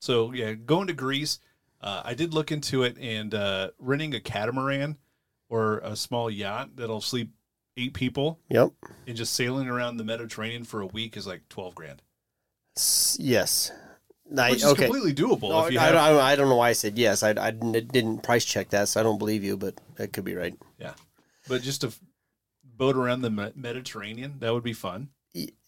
[SPEAKER 1] so yeah, going to Greece. Uh, I did look into it and uh, renting a catamaran or a small yacht that'll sleep eight people
[SPEAKER 2] Yep.
[SPEAKER 1] and just sailing around the Mediterranean for a week is like 12 grand.
[SPEAKER 2] S- yes. I,
[SPEAKER 1] which is
[SPEAKER 2] okay.
[SPEAKER 1] completely doable
[SPEAKER 2] No,
[SPEAKER 1] if you
[SPEAKER 2] I,
[SPEAKER 1] have.
[SPEAKER 2] I, I don't know why I said yes. I, I didn't didn't price check that, so I don't believe you, but that could be right.
[SPEAKER 1] yeah, but just to f- boat around the Me- Mediterranean, that would be fun.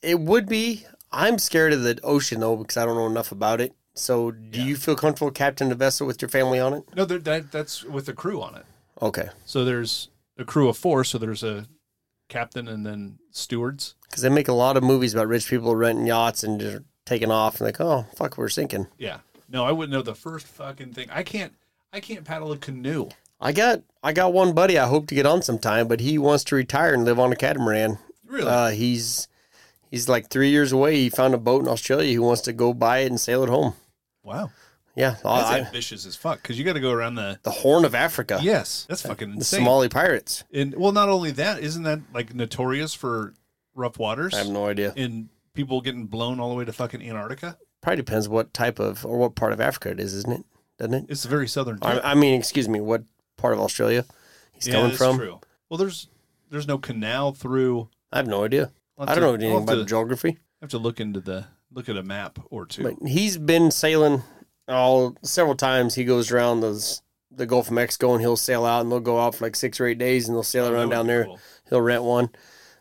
[SPEAKER 2] It would be. I'm scared of the ocean though because I don't know enough about it. So, do
[SPEAKER 1] Yeah.
[SPEAKER 2] you feel comfortable captaining the vessel with your family on it?
[SPEAKER 1] No, there- that that's with a crew on it.
[SPEAKER 2] Okay,
[SPEAKER 1] So there's a crew of four. So there's a captain and then stewards.
[SPEAKER 2] because they make a lot of movies about rich people renting yachts and just taking off and like, oh fuck, we're sinking.
[SPEAKER 1] Yeah. No, I wouldn't know the first fucking thing. I can't. I can't paddle a canoe.
[SPEAKER 2] I got I got one buddy I hope to get on sometime, but he wants to retire and live on a catamaran.
[SPEAKER 1] Really?
[SPEAKER 2] Uh, he's he's like three years away. He found a boat in Australia. He wants to go buy it and sail it home.
[SPEAKER 1] wow.
[SPEAKER 2] Yeah,
[SPEAKER 1] That's
[SPEAKER 2] uh, I-
[SPEAKER 1] ambitious as fuck. Because you got to go around the.
[SPEAKER 2] the Horn of Africa.
[SPEAKER 1] Yes, that's fucking
[SPEAKER 2] Uh, the
[SPEAKER 1] insane.
[SPEAKER 2] Somali pirates.
[SPEAKER 1] and well, not only that, isn't that like notorious for rough waters
[SPEAKER 2] I have no idea.
[SPEAKER 1] and people getting blown all the way to fucking Antarctica?
[SPEAKER 2] Probably depends what type of or what part of Africa it is, isn't it? Doesn't it?
[SPEAKER 1] It's a very southern. tip.
[SPEAKER 2] I, I mean, excuse me, what part of Australia he's
[SPEAKER 1] Yeah,
[SPEAKER 2] coming
[SPEAKER 1] that's
[SPEAKER 2] from?
[SPEAKER 1] True. Well, there's there's no canal through.
[SPEAKER 2] I have no idea.
[SPEAKER 1] I'll
[SPEAKER 2] I
[SPEAKER 1] have
[SPEAKER 2] don't know
[SPEAKER 1] to-
[SPEAKER 2] anything
[SPEAKER 1] I'll have
[SPEAKER 2] about
[SPEAKER 1] to-
[SPEAKER 2] geography.
[SPEAKER 1] have to look into the look at a map or two.
[SPEAKER 2] But he's been sailing all several times. He goes around those the Gulf of Mexico and he'll sail out and they'll go out for like six or eight days and they'll sail
[SPEAKER 1] Oh, That
[SPEAKER 2] around
[SPEAKER 1] would
[SPEAKER 2] down
[SPEAKER 1] be
[SPEAKER 2] there.
[SPEAKER 1] cool.
[SPEAKER 2] He'll rent one,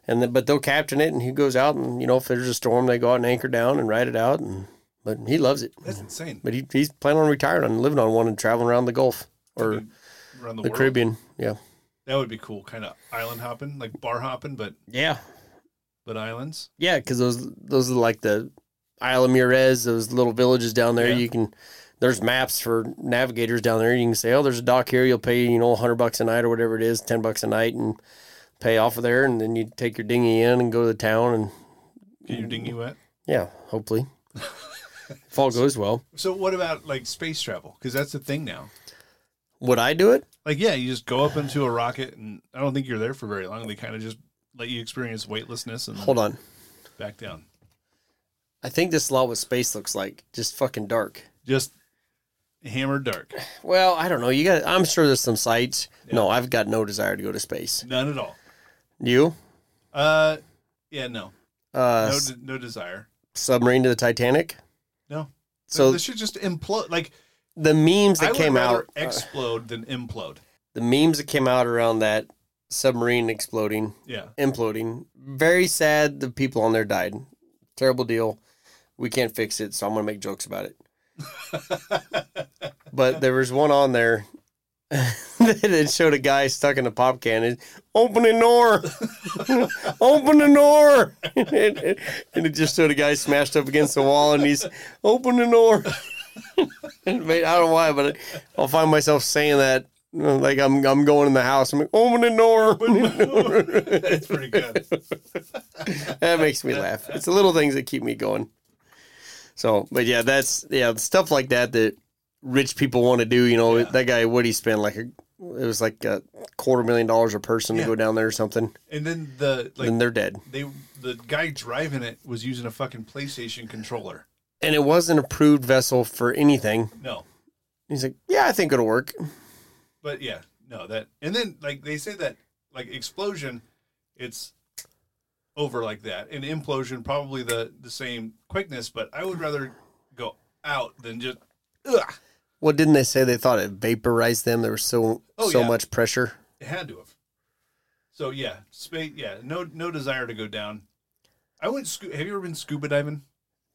[SPEAKER 2] and then but they'll captain it and he goes out and you know if there's a storm they go out and anchor down and ride it out and but he loves it.
[SPEAKER 1] That's insane.
[SPEAKER 2] But he, he's planning on retiring and living on one and traveling around the Gulf or
[SPEAKER 1] Fucking around the,
[SPEAKER 2] the
[SPEAKER 1] world.
[SPEAKER 2] Caribbean. Yeah.
[SPEAKER 1] That would be cool, kind of island hopping, like bar hopping, but
[SPEAKER 2] Yeah.
[SPEAKER 1] but islands.
[SPEAKER 2] Yeah, because those those are like the Isla Mirez, those little villages down there.
[SPEAKER 1] Yeah.
[SPEAKER 2] You can there's maps for navigators down there. You can say, oh, there's a dock here. You'll pay you know hundred bucks a night or whatever it is, ten bucks a night, and pay off of there, and then you take your dinghy in and go to the town, and
[SPEAKER 1] Get
[SPEAKER 2] Mm.
[SPEAKER 1] your dinghy wet.
[SPEAKER 2] yeah, hopefully, if all goes well,
[SPEAKER 1] So what about like space travel? Because that's the thing now.
[SPEAKER 2] would I do it?
[SPEAKER 1] Like yeah, you just go up into a rocket, and I don't think you're there for very long. They kind of just let you experience weightlessness and then
[SPEAKER 2] Hold on,
[SPEAKER 1] back down.
[SPEAKER 2] I think this is a lot what space looks like, just fucking dark.
[SPEAKER 1] Just hammered dark.
[SPEAKER 2] Well, I don't know. You got. I'm sure there's some sites. No, I've got no desire to go to space.
[SPEAKER 1] None at all.
[SPEAKER 2] You?
[SPEAKER 1] Uh, yeah, no,
[SPEAKER 2] Uh,
[SPEAKER 1] no,
[SPEAKER 2] s-
[SPEAKER 1] de- no desire.
[SPEAKER 2] submarine to the Titanic.
[SPEAKER 1] No. So
[SPEAKER 2] So
[SPEAKER 1] this should just implode. Like
[SPEAKER 2] the memes
[SPEAKER 1] I
[SPEAKER 2] that
[SPEAKER 1] would
[SPEAKER 2] came
[SPEAKER 1] rather
[SPEAKER 2] out, uh,
[SPEAKER 1] explode than implode.
[SPEAKER 2] the memes that came out around that submarine exploding,
[SPEAKER 1] Yeah.
[SPEAKER 2] imploding. Very sad. The people on there died. Terrible deal. We can't fix it, so I'm gonna make jokes about it. But there was one on there that it showed a guy stuck in a pop can and open the door, open the door, and, and- and it just showed a guy smashed up against the wall and he's open the door. And it made- I don't know why, but I'll find myself saying that like I'm I'm going in the house. I'm like open the door.
[SPEAKER 1] That's pretty good.
[SPEAKER 2] that makes me laugh. It's the little things that keep me going. So, but yeah, that's yeah, stuff like that that rich people want to do. You know,
[SPEAKER 1] Yeah.
[SPEAKER 2] that guy Woody spent like a, it was like a quarter million dollars a person
[SPEAKER 1] Yeah.
[SPEAKER 2] to go down there or something,
[SPEAKER 1] And then the like
[SPEAKER 2] and they're dead.
[SPEAKER 1] they the guy driving it was using a fucking PlayStation controller.
[SPEAKER 2] And it was an approved vessel for anything.
[SPEAKER 1] No,
[SPEAKER 2] He's like, yeah, I think it'll work.
[SPEAKER 1] but yeah, no that. And then like they say that like explosion, it's over like that. And implosion probably the the same quickness, but I would rather go out than just. Ugh,
[SPEAKER 2] Well, didn't they say they thought it vaporized them? There was so
[SPEAKER 1] Oh,
[SPEAKER 2] so
[SPEAKER 1] yeah.
[SPEAKER 2] much pressure.
[SPEAKER 1] it had to have. So yeah, space. Yeah, no no desire to go down. I went. Scu- have you ever been scuba diving?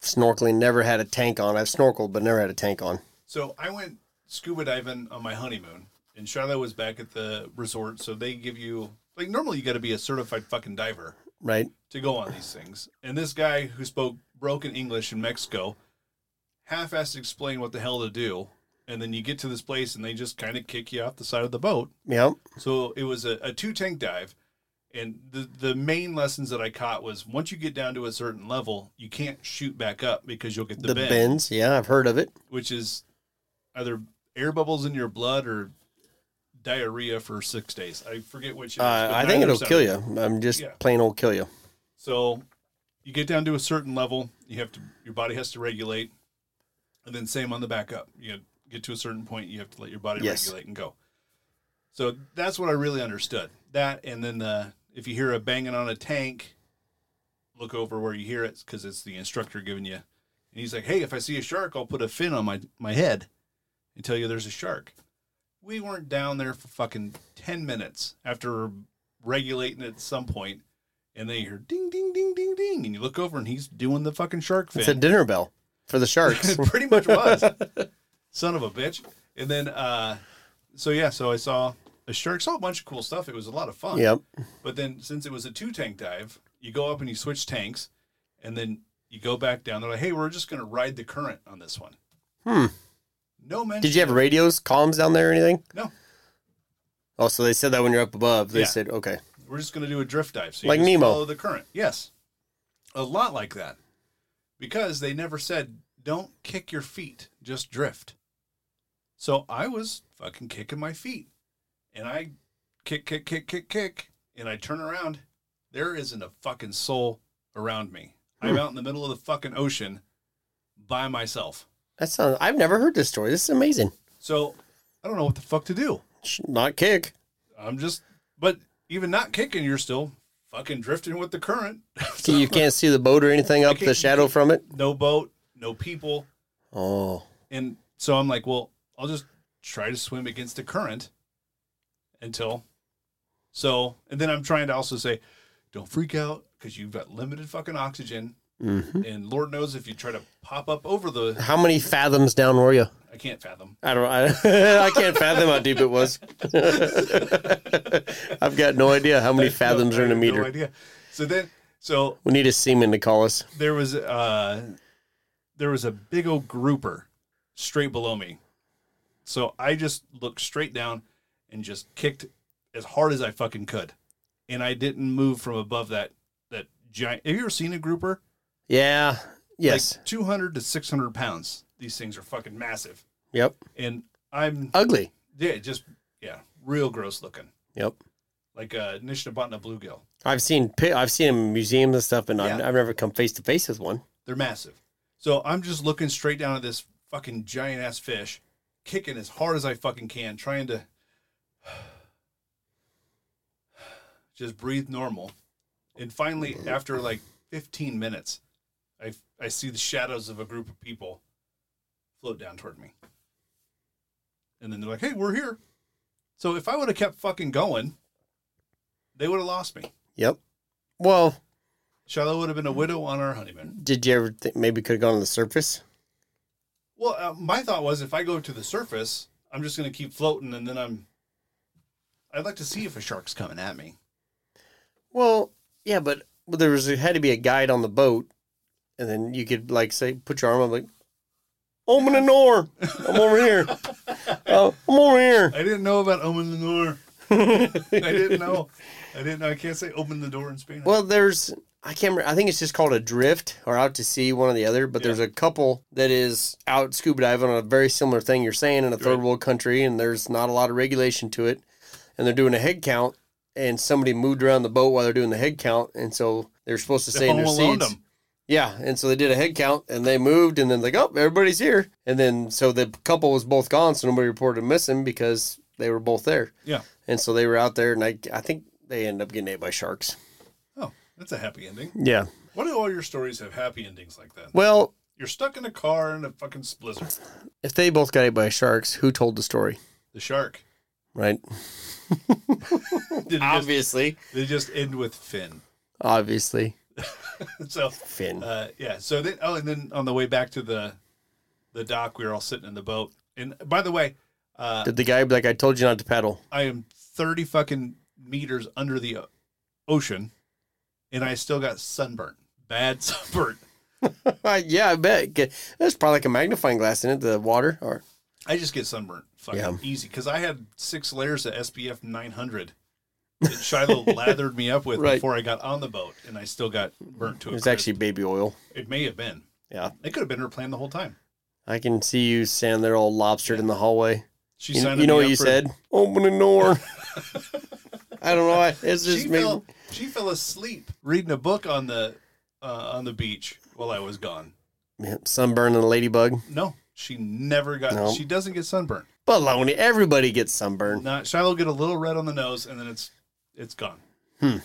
[SPEAKER 2] Snorkeling never had a tank on. I've snorkeled, but never had a tank on.
[SPEAKER 1] So I went scuba diving on my honeymoon, and Charlotte was back at the resort. So they give you like normally you got to be a certified fucking diver
[SPEAKER 2] Right?
[SPEAKER 1] to go on these things. And this guy who spoke broken English in Mexico half-assed to explain what the hell to do, and then you get to this place and they just kind of kick you off the side of the boat.
[SPEAKER 2] Yep.
[SPEAKER 1] So it was a, a two tank dive. And the, the main lessons that I caught was once you get down to a certain level, you can't shoot back up because you'll get the,
[SPEAKER 2] The,
[SPEAKER 1] bend
[SPEAKER 2] bends. Yeah, I've heard of it.
[SPEAKER 1] which is either air bubbles in your blood or diarrhea for six days. I forget which. it is,
[SPEAKER 2] Uh,
[SPEAKER 1] but
[SPEAKER 2] I think it'll
[SPEAKER 1] 9%.
[SPEAKER 2] kill you. I'm just
[SPEAKER 1] Yeah.
[SPEAKER 2] plain old kill you.
[SPEAKER 1] So you get down to a certain level, you have to your body has to regulate, and then same on the back up. You get to a certain point, you have to let your body
[SPEAKER 2] Yes.
[SPEAKER 1] regulate and go. So that's what I really understood. That and then the if you hear a banging on a tank, look over where you hear it because it's the instructor giving you And he's like, hey, if I see a shark, I'll put a fin on my, my head and tell you there's a shark. We weren't down there for fucking 10 minutes after regulating at some point, and they hear ding, ding, ding, ding, ding. And you look over and he's doing the fucking shark fin.
[SPEAKER 2] It's a dinner bell for the sharks.
[SPEAKER 1] It pretty much was. Son of a bitch. And then, uh, so yeah, so I saw a shark, saw a bunch of cool stuff. It was a lot of fun.
[SPEAKER 2] yep.
[SPEAKER 1] But then, since it was a two tank dive, you go up and you switch tanks, and then you go back down. They're like, hey, we're just going to ride the current on this one.
[SPEAKER 2] Hmm.
[SPEAKER 1] No mention.
[SPEAKER 2] Did you have radios, columns down there or anything?
[SPEAKER 1] No.
[SPEAKER 2] Oh, so they said that when you're up above. They
[SPEAKER 1] Yeah.
[SPEAKER 2] said, okay.
[SPEAKER 1] We're just going to do a drift dive. So you
[SPEAKER 2] Like
[SPEAKER 1] just
[SPEAKER 2] Nemo.
[SPEAKER 1] Follow the current. Yes. A lot like that. Because they never said, don't kick your feet, just drift. So I was fucking kicking my feet. And I kick, kick, kick, kick, kick. And I turn around. There isn't a fucking soul around me. I'm
[SPEAKER 2] Hmm.
[SPEAKER 1] out in the middle of the fucking ocean by myself.
[SPEAKER 2] That sounds, I've never heard this story. This is amazing.
[SPEAKER 1] So I don't know what the fuck to do.
[SPEAKER 2] Sh- Not kick.
[SPEAKER 1] I'm just, but even not kicking, you're still fucking drifting with the current. So-
[SPEAKER 2] You can't see the boat or anything up the
[SPEAKER 1] can't-
[SPEAKER 2] shadow from it.
[SPEAKER 1] no boat, no people.
[SPEAKER 2] Oh,
[SPEAKER 1] And so I'm like, well, I'll just try to swim against the current until so. And then I'm trying to also say, don't freak out because you've got limited fucking oxygen.
[SPEAKER 2] Mhm.
[SPEAKER 1] And Lord knows if you try to pop up over the,
[SPEAKER 2] how many fathoms down were you?
[SPEAKER 1] I can't fathom.
[SPEAKER 2] I don't. I, I can't fathom how deep it was. I've got no idea how many fathoms are in a
[SPEAKER 1] I have No
[SPEAKER 2] meter.
[SPEAKER 1] idea. So then, so
[SPEAKER 2] We need a seaman to call us.
[SPEAKER 1] there was uh there was a big old grouper straight below me. So I just looked straight down and just kicked as hard as I fucking could. And I didn't move from above that that giant have you ever seen a grouper?
[SPEAKER 2] Yeah. Yes.
[SPEAKER 1] Like two hundred to six hundred pounds. These things are fucking massive.
[SPEAKER 2] yep.
[SPEAKER 1] And I'm
[SPEAKER 2] Ugly.
[SPEAKER 1] yeah, just yeah, real gross looking.
[SPEAKER 2] Yep.
[SPEAKER 1] Like uh Nishnabotna bluegill.
[SPEAKER 2] I've seen pi- I've seen 'em in museums and stuff, and I've,
[SPEAKER 1] Yeah.
[SPEAKER 2] I've never come face to face with one.
[SPEAKER 1] They're massive. So I'm just looking straight down at this fucking giant ass fish, kicking as hard as I fucking can, trying to just breathe normal. And finally, after like 15 minutes, I, I see the shadows of a group of people float down toward me. And then they're like, hey, we're here. So if I would have kept fucking going, they would have lost me.
[SPEAKER 2] Yep. Well,
[SPEAKER 1] Shiloh would have been a widow on our honeymoon.
[SPEAKER 2] did you ever think maybe could have gone on the surface?
[SPEAKER 1] Well, uh, my thought was if I go to the surface, I'm just going to keep floating, and then I'm. I'd like to see if a shark's coming at me.
[SPEAKER 2] Well, yeah, but there was there had to be a guide on the boat, and then you could like say put your arm up like, Omen and Nor, I'm over here. Uh, I'm over here.
[SPEAKER 1] I didn't know about open the door. I didn't know. I didn't know. I can't say open the door in Spain.
[SPEAKER 2] Well, there's I can't remember. I think it's just called a drift or out to sea, one or the other. But there's a couple that is out scuba diving on a very similar thing you're saying in a third
[SPEAKER 1] Right.
[SPEAKER 2] world country, and there's not a lot of regulation to it, and they're doing a head count, and somebody moved around the boat while they're doing the head count, and so they're supposed to
[SPEAKER 1] They
[SPEAKER 2] stay in their
[SPEAKER 1] Home Aloned
[SPEAKER 2] seats.
[SPEAKER 1] them.
[SPEAKER 2] Yeah, and so they did a head count, and they moved, and then like, oh, everybody's here, and then so the couple was both gone, so nobody reported missing because they were both there.
[SPEAKER 1] Yeah.
[SPEAKER 2] and so they were out there, and I I think they ended up getting ate by sharks.
[SPEAKER 1] Oh, that's a happy ending.
[SPEAKER 2] Yeah.
[SPEAKER 1] Why do all your stories have happy endings like that?
[SPEAKER 2] Well,
[SPEAKER 1] You're stuck in a car in a fucking blizzard.
[SPEAKER 2] if they both got ate by sharks, who told the story?
[SPEAKER 1] The shark.
[SPEAKER 2] Right?
[SPEAKER 1] Did it just,
[SPEAKER 2] Obviously.
[SPEAKER 1] they just end with Finn.
[SPEAKER 2] Obviously.
[SPEAKER 1] So
[SPEAKER 2] Finn.
[SPEAKER 1] Uh, yeah. So then, oh, and then on the way back to the the dock, we were all sitting in the boat. And by the way, uh,
[SPEAKER 2] Did the guy be like, I told you not to paddle?
[SPEAKER 1] I am thirty fucking meters under the o- ocean, and I still got sunburn, bad sunburn.
[SPEAKER 2] Uh, yeah, I bet. G- There's probably like a magnifying glass in it, the water. Or
[SPEAKER 1] I just get sunburn fucking
[SPEAKER 2] Yeah.
[SPEAKER 1] easy because I had six layers of SPF 900 that Shiloh lathered me up with
[SPEAKER 2] Right.
[SPEAKER 1] before I got on the boat, and I still got burnt to
[SPEAKER 2] It
[SPEAKER 1] a
[SPEAKER 2] was
[SPEAKER 1] crisp.
[SPEAKER 2] actually baby oil.
[SPEAKER 1] It may have been.
[SPEAKER 2] Yeah.
[SPEAKER 1] It could have been her plan the whole time.
[SPEAKER 2] I can see you standing there all lobstered in the hallway.
[SPEAKER 1] She
[SPEAKER 2] You,
[SPEAKER 1] signed
[SPEAKER 2] you know
[SPEAKER 1] me
[SPEAKER 2] what
[SPEAKER 1] up
[SPEAKER 2] you
[SPEAKER 1] for-
[SPEAKER 2] said? Open the door. I don't know why. It's just
[SPEAKER 1] she
[SPEAKER 2] me.
[SPEAKER 1] fell she fell asleep reading a book on the uh, on the beach while I was gone.
[SPEAKER 2] Yeah, Sunburn and a ladybug.
[SPEAKER 1] No, she never got
[SPEAKER 2] No.
[SPEAKER 1] she doesn't get sunburned.
[SPEAKER 2] Baloney. Everybody gets sunburn.
[SPEAKER 1] Not Shiloh get a little red on the nose and then it's it's gone.
[SPEAKER 2] Hmm.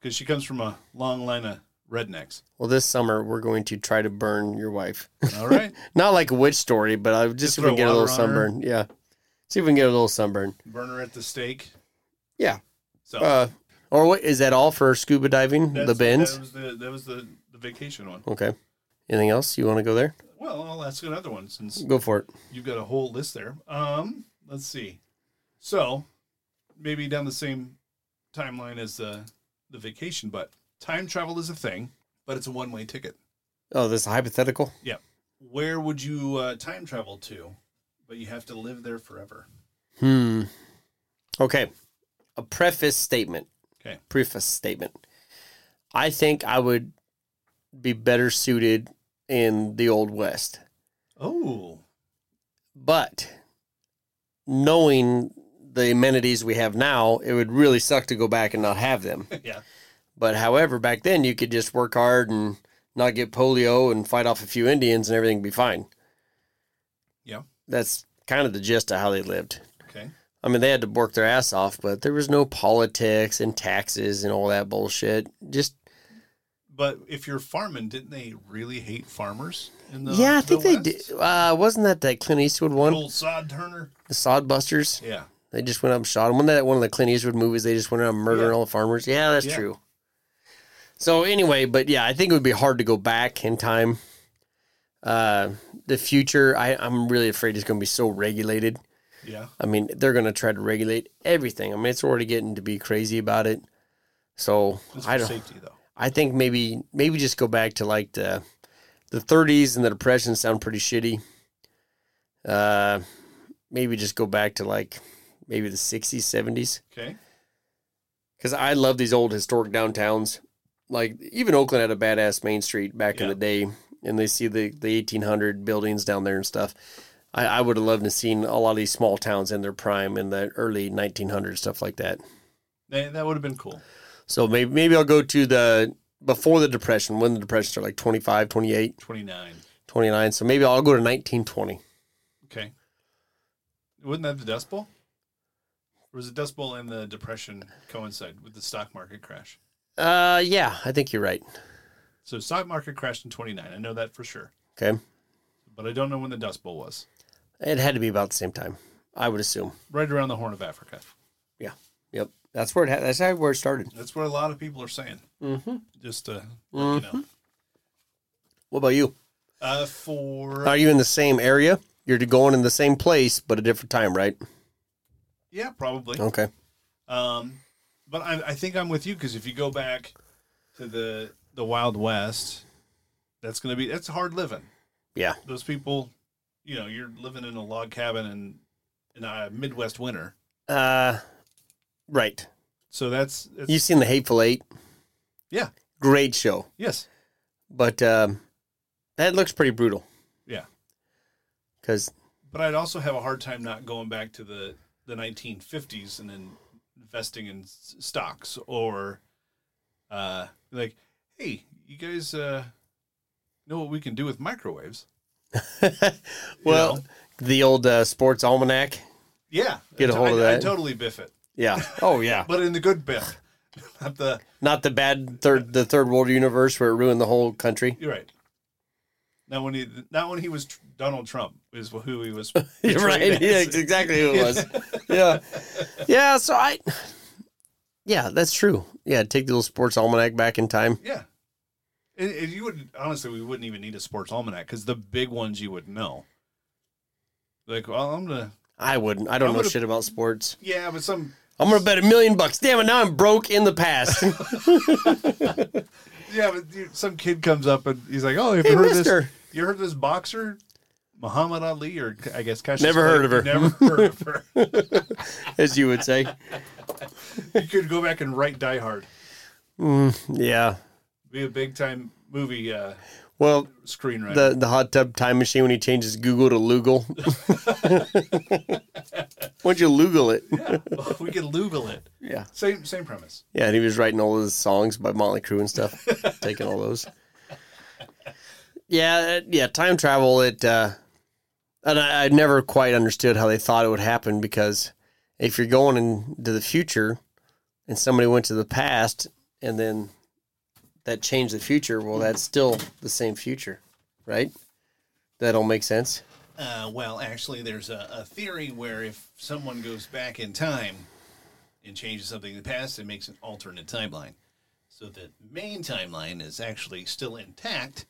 [SPEAKER 1] Because she comes from a long line of rednecks.
[SPEAKER 2] Well, this summer we're going to try to burn your wife.
[SPEAKER 1] All right.
[SPEAKER 2] Not like a witch story, but I just,
[SPEAKER 1] Just
[SPEAKER 2] see if we
[SPEAKER 1] throw
[SPEAKER 2] can get a little
[SPEAKER 1] water on her?
[SPEAKER 2] sunburn. Yeah. See if we can get a little sunburn.
[SPEAKER 1] Burner at the stake.
[SPEAKER 2] Yeah.
[SPEAKER 1] So
[SPEAKER 2] Uh, or what is that all for scuba diving?
[SPEAKER 1] Oh. that's-
[SPEAKER 2] the bins?
[SPEAKER 1] That was the that was the, the vacation one.
[SPEAKER 2] Okay. Anything else? You want to go there?
[SPEAKER 1] Well, I'll ask another one since
[SPEAKER 2] Go for it.
[SPEAKER 1] you've got a whole list there. Um, let's see. So maybe down the same timeline as the the vacation, but time travel is a thing, but it's a one way ticket.
[SPEAKER 2] Oh, this is hypothetical.
[SPEAKER 1] Where would you uh, time travel to? But you have to live there forever.
[SPEAKER 2] Hmm. Okay. A preface statement.
[SPEAKER 1] Okay.
[SPEAKER 2] Preface statement. I think I would be better suited in the Old West.
[SPEAKER 1] Oh,
[SPEAKER 2] But knowing the amenities we have now, it would really suck to go back and not have them.
[SPEAKER 1] yeah.
[SPEAKER 2] But however, back then you could just work hard and not get polio and fight off a few Indians and everything would be fine.
[SPEAKER 1] Yeah.
[SPEAKER 2] That's kind of the gist of how they lived.
[SPEAKER 1] Okay.
[SPEAKER 2] I mean, they had to work their ass off, but there was no politics and taxes and all that bullshit. Just
[SPEAKER 1] But if you're farming, didn't they really hate farmers? In the,
[SPEAKER 2] yeah, I
[SPEAKER 1] the
[SPEAKER 2] think they
[SPEAKER 1] West?
[SPEAKER 2] did. Uh, wasn't that that Clint Eastwood one,
[SPEAKER 1] Old sod Turner.
[SPEAKER 2] the Sodbusters?
[SPEAKER 1] Yeah.
[SPEAKER 2] They just went up and shot him. Wasn't that one of the Clint Eastwood movies? They just went around murdering
[SPEAKER 1] Yeah.
[SPEAKER 2] all the farmers. Yeah, that's
[SPEAKER 1] Yeah.
[SPEAKER 2] true. So anyway, but yeah, I think it would be hard to go back in time. Uh, the future, I, I'm really afraid is going to be so regulated.
[SPEAKER 1] Yeah.
[SPEAKER 2] I mean, they're going to try to regulate everything. I mean, it's already getting to be crazy about it. So
[SPEAKER 1] That's
[SPEAKER 2] I
[SPEAKER 1] for
[SPEAKER 2] don't.
[SPEAKER 1] safety though.
[SPEAKER 2] I think maybe maybe just go back to like the the 30s and the depression sound pretty shitty. Uh, maybe just go back to like maybe the 60s, 70s
[SPEAKER 1] Okay.
[SPEAKER 2] because I love these old historic downtowns. Like even Oakland had a badass Main Street back in
[SPEAKER 1] Yeah.
[SPEAKER 2] the day, and they see the the 1800 buildings down there and stuff. I, I would have loved to seen a lot of these small towns in their prime in the early 1900s, stuff like that.
[SPEAKER 1] That, that would have been cool.
[SPEAKER 2] So maybe maybe I'll go to the before the depression when the depression started, like 25, 28.
[SPEAKER 1] 29.
[SPEAKER 2] 29. So maybe I'll go to 1920.
[SPEAKER 1] Okay. Wasn't that the Dust Bowl? Or was the Dust Bowl and the Depression coincide with the stock market crash?
[SPEAKER 2] Uh, yeah, I think you're right.
[SPEAKER 1] So stock market crashed in 29. I know that for sure.
[SPEAKER 2] Okay.
[SPEAKER 1] But I don't know when the Dust Bowl was.
[SPEAKER 2] It had to be about the same time, I would assume.
[SPEAKER 1] Right around the Horn of Africa.
[SPEAKER 2] Yep. That's where it ha- that's how where it started.
[SPEAKER 1] That's what a lot of people are saying.
[SPEAKER 2] Mm-hmm.
[SPEAKER 1] Just to
[SPEAKER 2] What
[SPEAKER 1] let you know.
[SPEAKER 2] about you?
[SPEAKER 1] Uh, for
[SPEAKER 2] Are you in the same area? You're going in the same place, but a different time, right?
[SPEAKER 1] yeah, probably.
[SPEAKER 2] Okay.
[SPEAKER 1] Um, but I, I think I'm with you because if you go back to the the Wild West, that's gonna be that's hard living.
[SPEAKER 2] Yeah.
[SPEAKER 1] those people, you know, you're living in a log cabin in in a Midwest winter,
[SPEAKER 2] Uh, right.
[SPEAKER 1] so that's, that's
[SPEAKER 2] You've seen The Hateful Eight?
[SPEAKER 1] Yeah.
[SPEAKER 2] Great show.
[SPEAKER 1] yes,
[SPEAKER 2] But um, that looks pretty brutal.
[SPEAKER 1] Yeah.
[SPEAKER 2] Because,
[SPEAKER 1] but I'd also have a hard time not going back to the the 1950s and then investing in s- stocks or uh like hey you guys uh know what we can do with microwaves You
[SPEAKER 2] well,
[SPEAKER 1] know?
[SPEAKER 2] the old uh, sports almanac.
[SPEAKER 1] yeah
[SPEAKER 2] Get a hold
[SPEAKER 1] I,
[SPEAKER 2] of
[SPEAKER 1] I
[SPEAKER 2] that.
[SPEAKER 1] totally biff it
[SPEAKER 2] Yeah. Oh, yeah.
[SPEAKER 1] but in the good biff not the
[SPEAKER 2] Not the bad third, the third world universe where it ruined the whole country.
[SPEAKER 1] You're right. Not when he, not when he was tr- Donald Trump is who he was. portrayed
[SPEAKER 2] You're right. Yeah,
[SPEAKER 1] as.
[SPEAKER 2] it's exactly who it was. yeah, yeah. So I, yeah, that's true. Yeah, take the little sports almanac back in time.
[SPEAKER 1] Yeah. And, and you would honestly, we wouldn't even need a sports almanac because the big ones you would know. Like, well, I'm gonna.
[SPEAKER 2] I wouldn't. I don't
[SPEAKER 1] I
[SPEAKER 2] know
[SPEAKER 1] would've-
[SPEAKER 2] shit about sports.
[SPEAKER 1] Yeah, but some.
[SPEAKER 2] I'm gonna bet a million bucks. Damn it! Now I'm broke in the past.
[SPEAKER 1] Yeah, but you, some kid comes up and he's like, "Oh, have
[SPEAKER 2] Hey,
[SPEAKER 1] you heard
[SPEAKER 2] mister.
[SPEAKER 1] this? You heard this boxer, Muhammad Ali, or I guess Cassius
[SPEAKER 2] Never
[SPEAKER 1] Clay?
[SPEAKER 2] heard of her.
[SPEAKER 1] Never heard of her.
[SPEAKER 2] as you would say.
[SPEAKER 1] you could go back and write Die Hard.
[SPEAKER 2] Yeah.
[SPEAKER 1] Be a big time movie uh,
[SPEAKER 2] Well,
[SPEAKER 1] screenwriter.
[SPEAKER 2] the the hot tub time machine when he changes Google to Lugal. Why'd you Lugal it?
[SPEAKER 1] we could Google it.
[SPEAKER 2] Yeah.
[SPEAKER 1] Same same premise.
[SPEAKER 2] Yeah, and he was writing all of the songs by Motley Crue and stuff, taking all those. Yeah, uh, yeah, time travel. It uh, and I, I never quite understood how they thought it would happen because if you're going into the future and somebody went to the past and then that change the future, well, that's still the same future, right? That all make sense.
[SPEAKER 1] Uh, well, actually, there's a, a theory where if someone goes back in time and changes something in the past, it makes an alternate timeline. So the main timeline is actually still intact.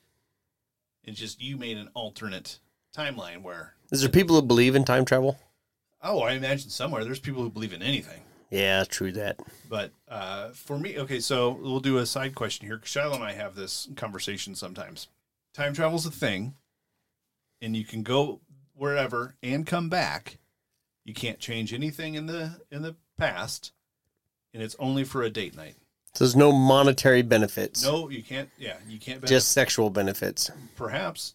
[SPEAKER 1] It's just you made an alternate timeline where,
[SPEAKER 2] Is there people who believe in time travel?
[SPEAKER 1] oh, I imagine somewhere there's people who believe in anything.
[SPEAKER 2] Yeah, true that.
[SPEAKER 1] But uh, for me, okay, so we'll do a side question here. 'cause Shiloh and I have this conversation sometimes. Time travel's a thing, and you can go wherever and come back. You can't change anything in the in the past, and it's only for a date night.
[SPEAKER 2] So there's no monetary benefits,
[SPEAKER 1] No, you can't. Yeah, you can't. bet-
[SPEAKER 2] just sexual benefits.
[SPEAKER 1] perhaps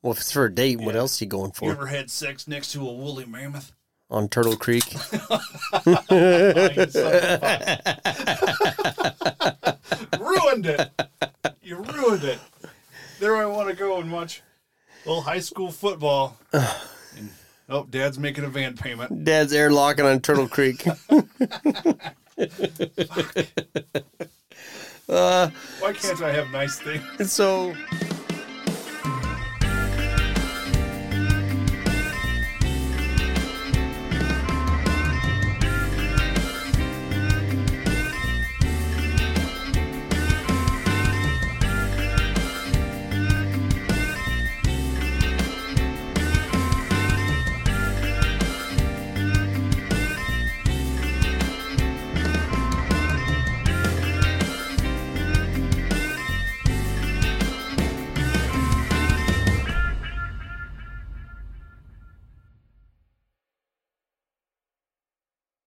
[SPEAKER 2] Well, if it's for a date, what
[SPEAKER 1] Yeah.
[SPEAKER 2] else are you going
[SPEAKER 1] you
[SPEAKER 2] for
[SPEAKER 1] ever had sex next to a woolly mammoth.
[SPEAKER 2] on Turtle Creek?
[SPEAKER 1] Fine, son of a- ruined it. You ruined it. There I want to go and watch little high school football. And, oh, dad's making a van payment.
[SPEAKER 2] Dad's airlocking on Turtle Creek.
[SPEAKER 1] Why can't I have nice things?
[SPEAKER 2] so.